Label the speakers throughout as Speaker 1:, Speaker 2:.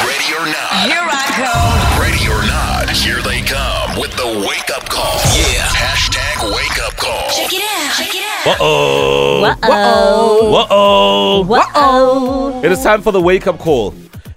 Speaker 1: not.
Speaker 2: Here I
Speaker 1: Ready or not, here they come with the wake up call. Yeah. Hashtag wake up call.
Speaker 3: Check it out. Check it out.
Speaker 4: Whoa.
Speaker 2: go. Whoa.
Speaker 4: Whoa.
Speaker 2: Whoa.
Speaker 4: It is time for the wake up call.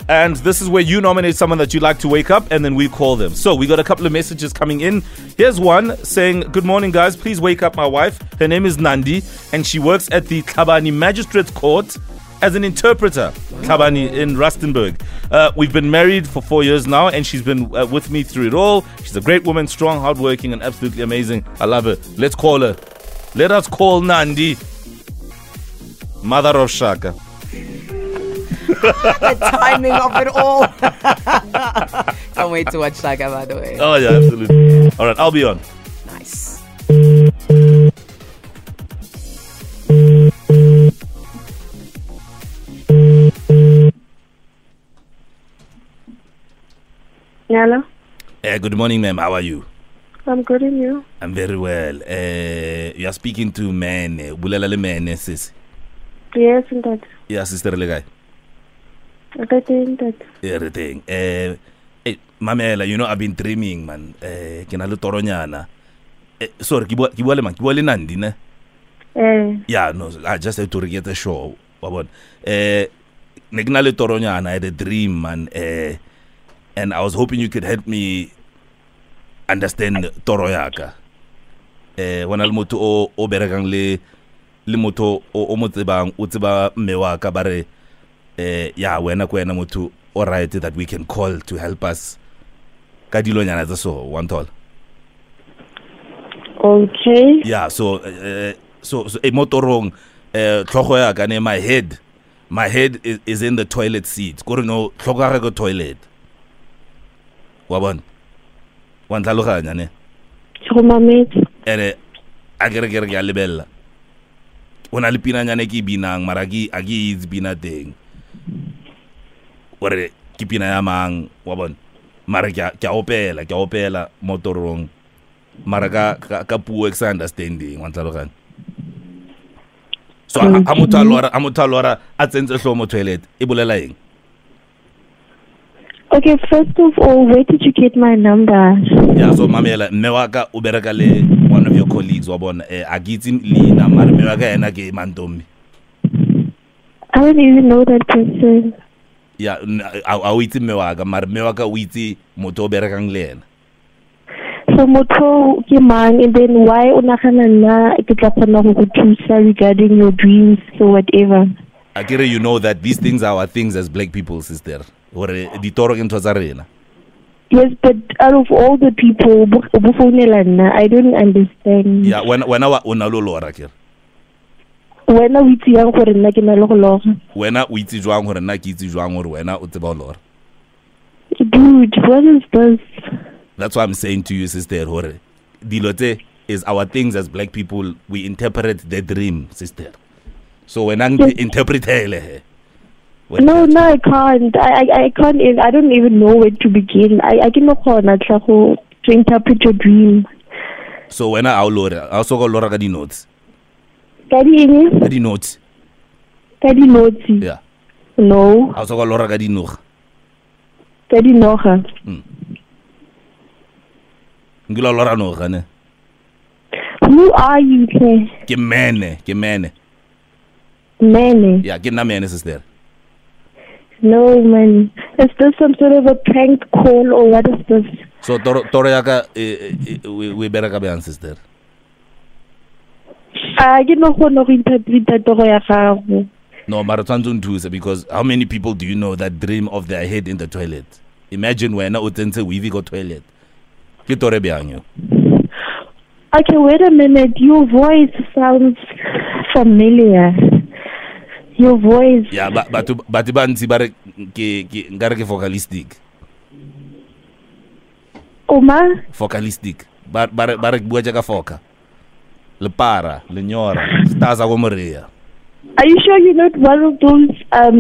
Speaker 4: And this is where you nominate someone that you'd like to wake up, and then we call them. So we got a couple of messages coming in. Here's one saying, Good morning, guys. Please wake up my wife. Her name is Nandi, and she works at the Kabani Magistrates Court as an interpreter, Kabani in Rustenburg. Uh, we've been married for four years now, and she's been uh, with me through it all. She's a great woman, strong, hardworking, and absolutely amazing. I love her. Let's call her. Let us call Nandi, mother of Shaka.
Speaker 2: Timing of it all. Can't wait to watch Saga, by the way.
Speaker 4: Oh yeah, absolutely. All right, I'll be on.
Speaker 2: Nice.
Speaker 5: Hello,
Speaker 4: Uh, good morning, ma'am. How are you?
Speaker 5: I'm good and you?
Speaker 4: I'm very well. Uh, you are speaking to Mene. Bulela le Mene, sis.
Speaker 5: Yes, ntate.
Speaker 4: Yeah, sister le guy. Eh,
Speaker 5: Ntate, ntate.
Speaker 4: Everything. Uh, hey, mamela, you know I've been dreaming, man. Eh, ke na le toronyana. Eh, sorry, ke bua ke bua le mang? Ke bua le Nandi, ne?
Speaker 5: Eh,
Speaker 4: Yeah, no, I just have to get the show. Wa bona. Eh, ne ke na le toronyana. I had a dream, man. Eh, and I was hoping you could help me understand toro ya ka. Eh, ho na le motho o o berekang le le motho o o mo tsebang o tseba mme wa ka ba re eh ya wena ko wena motho o right that we can call to help us ka dilonyana tse so one toll.
Speaker 5: okay.
Speaker 4: yeah so uh, so so e motorong eh tlhogo ya ka ne my head my head is, is in the toilet seat gore no tlhogo ya ka ke toilet wa bona wa ntlhaloganya ne
Speaker 5: Ke go mametse.
Speaker 4: ene a kere kere ke a lebelela o na le pinanyane ke e binang mara ke- a ke itse pina teng ore ke pina ya mang wa bona mara ke a ke a opela ke a opela motorong mara ka- ka ka puo e ke sa understanding wa ntlhaloganya so a- a motho a lora- a motho a lora a tsentse tlho mo toilet e bolela eng
Speaker 5: Okay, first of all, where did you get my number?
Speaker 4: ya so mamela mme wa ka o bereka le one of your colleagues wa bona Eh, a ke itse leina mara mme wa ka ena ke mantombi
Speaker 5: I don't even know that person.
Speaker 4: ya n- a a o itse mme wa ka mare mme wa ka o itse motho o berekang le ena
Speaker 5: So motho ke mang and then why o nagana nna ke tla kgona go go thusa regarding your dreams or whatever.
Speaker 4: akere you know that these things are our things as black people sister gore ditoro ke ntho tsa rena
Speaker 5: Yes, but out of all the people, bo bo founela nna, I don't understand.
Speaker 4: ya wena wena wa- o na le o lora kere
Speaker 5: Wena o itse yang gore nna ke na le go loga?
Speaker 4: wena o itse jwang gore nna ke itse jwang gore wena o tseba o lora
Speaker 5: Dude, what is this?
Speaker 4: that's why i'm saying to you sister gore dilo tse is our things as black people we interpret the dream sister so wena nte- interpretele he Wena-
Speaker 5: No, no, I can't. I, I, I can't. Even, I don't even know where to begin. I, I cannot corner to interpret your dream.
Speaker 4: so wena a o lora a o soka o lora ka dinots
Speaker 5: Kadi
Speaker 4: ka
Speaker 5: eng?
Speaker 4: dinots
Speaker 5: Kadi notsi.
Speaker 4: yeah
Speaker 5: No.
Speaker 4: a o soka o lora ka dinoga
Speaker 5: Kadi noga.
Speaker 4: nkile o lora noga ne
Speaker 5: Who are you, tle?
Speaker 4: ke mene ke mene
Speaker 5: Mene.
Speaker 4: ya ke nna mene sister
Speaker 5: No, man. Is this some sort of a prank call or what is this?
Speaker 4: so toro toro ya ka e- e- e- we we bereka bjang sister
Speaker 5: I cannot corner interpret that toro ya gago.
Speaker 4: no mara tshwanetse o nthuse because how many people do you know that dream of their head in the toilet imagine wena o tsentse weave ko toilet ke toro e bjang yo
Speaker 5: Okay, wait a minute. Your voice sounds familiar. Your voice.
Speaker 4: ya ba- batho batho ba ntsi ba re ke- ke- nkare ke vocalistic
Speaker 5: Oma?
Speaker 4: vocalistic ba ba re ba re ke bua jaaka foka lepara lenyora stasa ko moreya
Speaker 5: Are you sure you're not one of those um,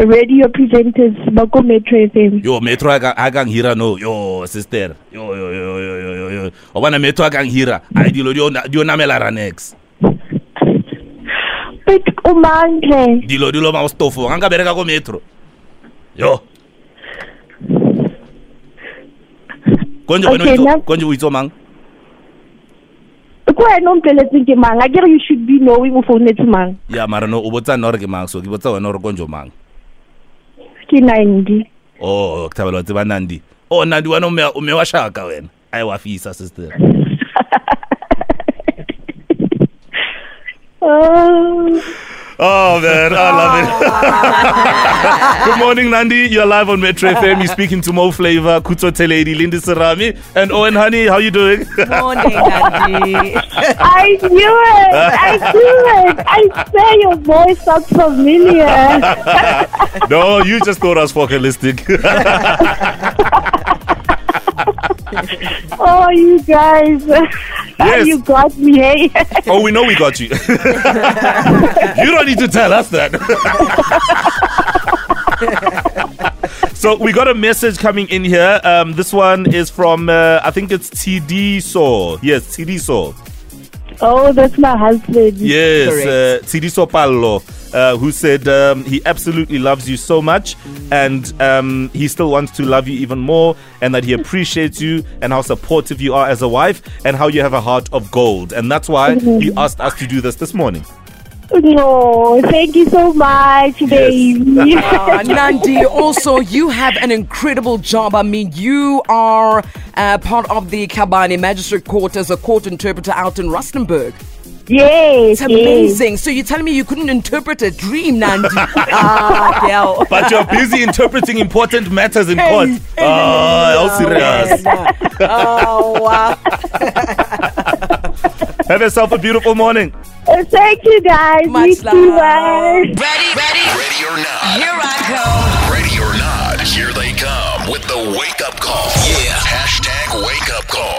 Speaker 5: radio presenters, Bako Metro FM?
Speaker 4: yo metro a ka- a kang hira no yo sister yo yo yo yo yo yo yo o bona metro a kang hira a dilo di o na- di o namela ranex
Speaker 5: But oh, Umandle,
Speaker 4: dilo di lo ma o stofong a nka bereka ko metro yo Gonje wena o
Speaker 5: Okay,
Speaker 4: itse-
Speaker 5: now-
Speaker 4: Gonje o itse o mang?
Speaker 5: ko wena o mpeletseng ke mang a kere you should be knowing o founetse mang
Speaker 4: Ya mara no o botsa nna gore ke mang so ke botsa wena gore Gonje o mang.
Speaker 5: ke ninety
Speaker 4: Oh ke thabela ho tseba Nandi. Oh Nandi wena o mme o mme wa shaka wena. Ai wa fisa sister.
Speaker 5: Oh.
Speaker 4: Oh man, I love it. Good morning, Nandi. You're live on Metro FM. You're speaking to Mo Flavor, Kuto Teledi, Linda Sarami, and Owen Honey. How you doing?
Speaker 2: Morning, Andy.
Speaker 5: I knew it! I knew it! I swear your voice sounds familiar.
Speaker 4: no, you just thought I was focalistic.
Speaker 5: Oh, you guys.
Speaker 4: Yes.
Speaker 5: you got me, hey?
Speaker 4: oh, we know we got you. you don't need to tell us that. so we got a message coming in here. Um, this one is from uh, I think it's TD Saw. Yes, TD Saw.
Speaker 5: oh, that's my husband.
Speaker 4: Yes,
Speaker 2: Correct.
Speaker 4: uh, Tshidiso Pallo, uh, who said um, he absolutely loves you so much and um, he still wants to love you even more and that he appreciates you and how supportive you are as a wife and how you have a heart of gold. And that's why he
Speaker 2: Mm-hmm.
Speaker 4: asked us to do this this morning.
Speaker 5: No, thank you so much, baby.
Speaker 2: Uh, Nandi, also, you have an incredible job. I mean, you are uh, part of the Kabani Magistrate Court as a court interpreter out in Rustenburg.
Speaker 5: yes,
Speaker 2: It's amazing. So you're telling me you couldn't interpret a dream, Nandi? ah, girl.
Speaker 4: But you're busy interpreting important matters in court.
Speaker 2: Hey, hey,
Speaker 4: Ah, how serious.
Speaker 2: Oh, wow.
Speaker 4: Have yourself a beautiful morning.
Speaker 5: yes. Uh, Thank you, guys.
Speaker 2: Much
Speaker 5: you too,
Speaker 2: love.
Speaker 5: bye.
Speaker 3: Ready, ready,
Speaker 1: Ready or not,
Speaker 3: here I go.
Speaker 1: ready or not, here they come with the wake up call. Yeah. Hashtag wake up call.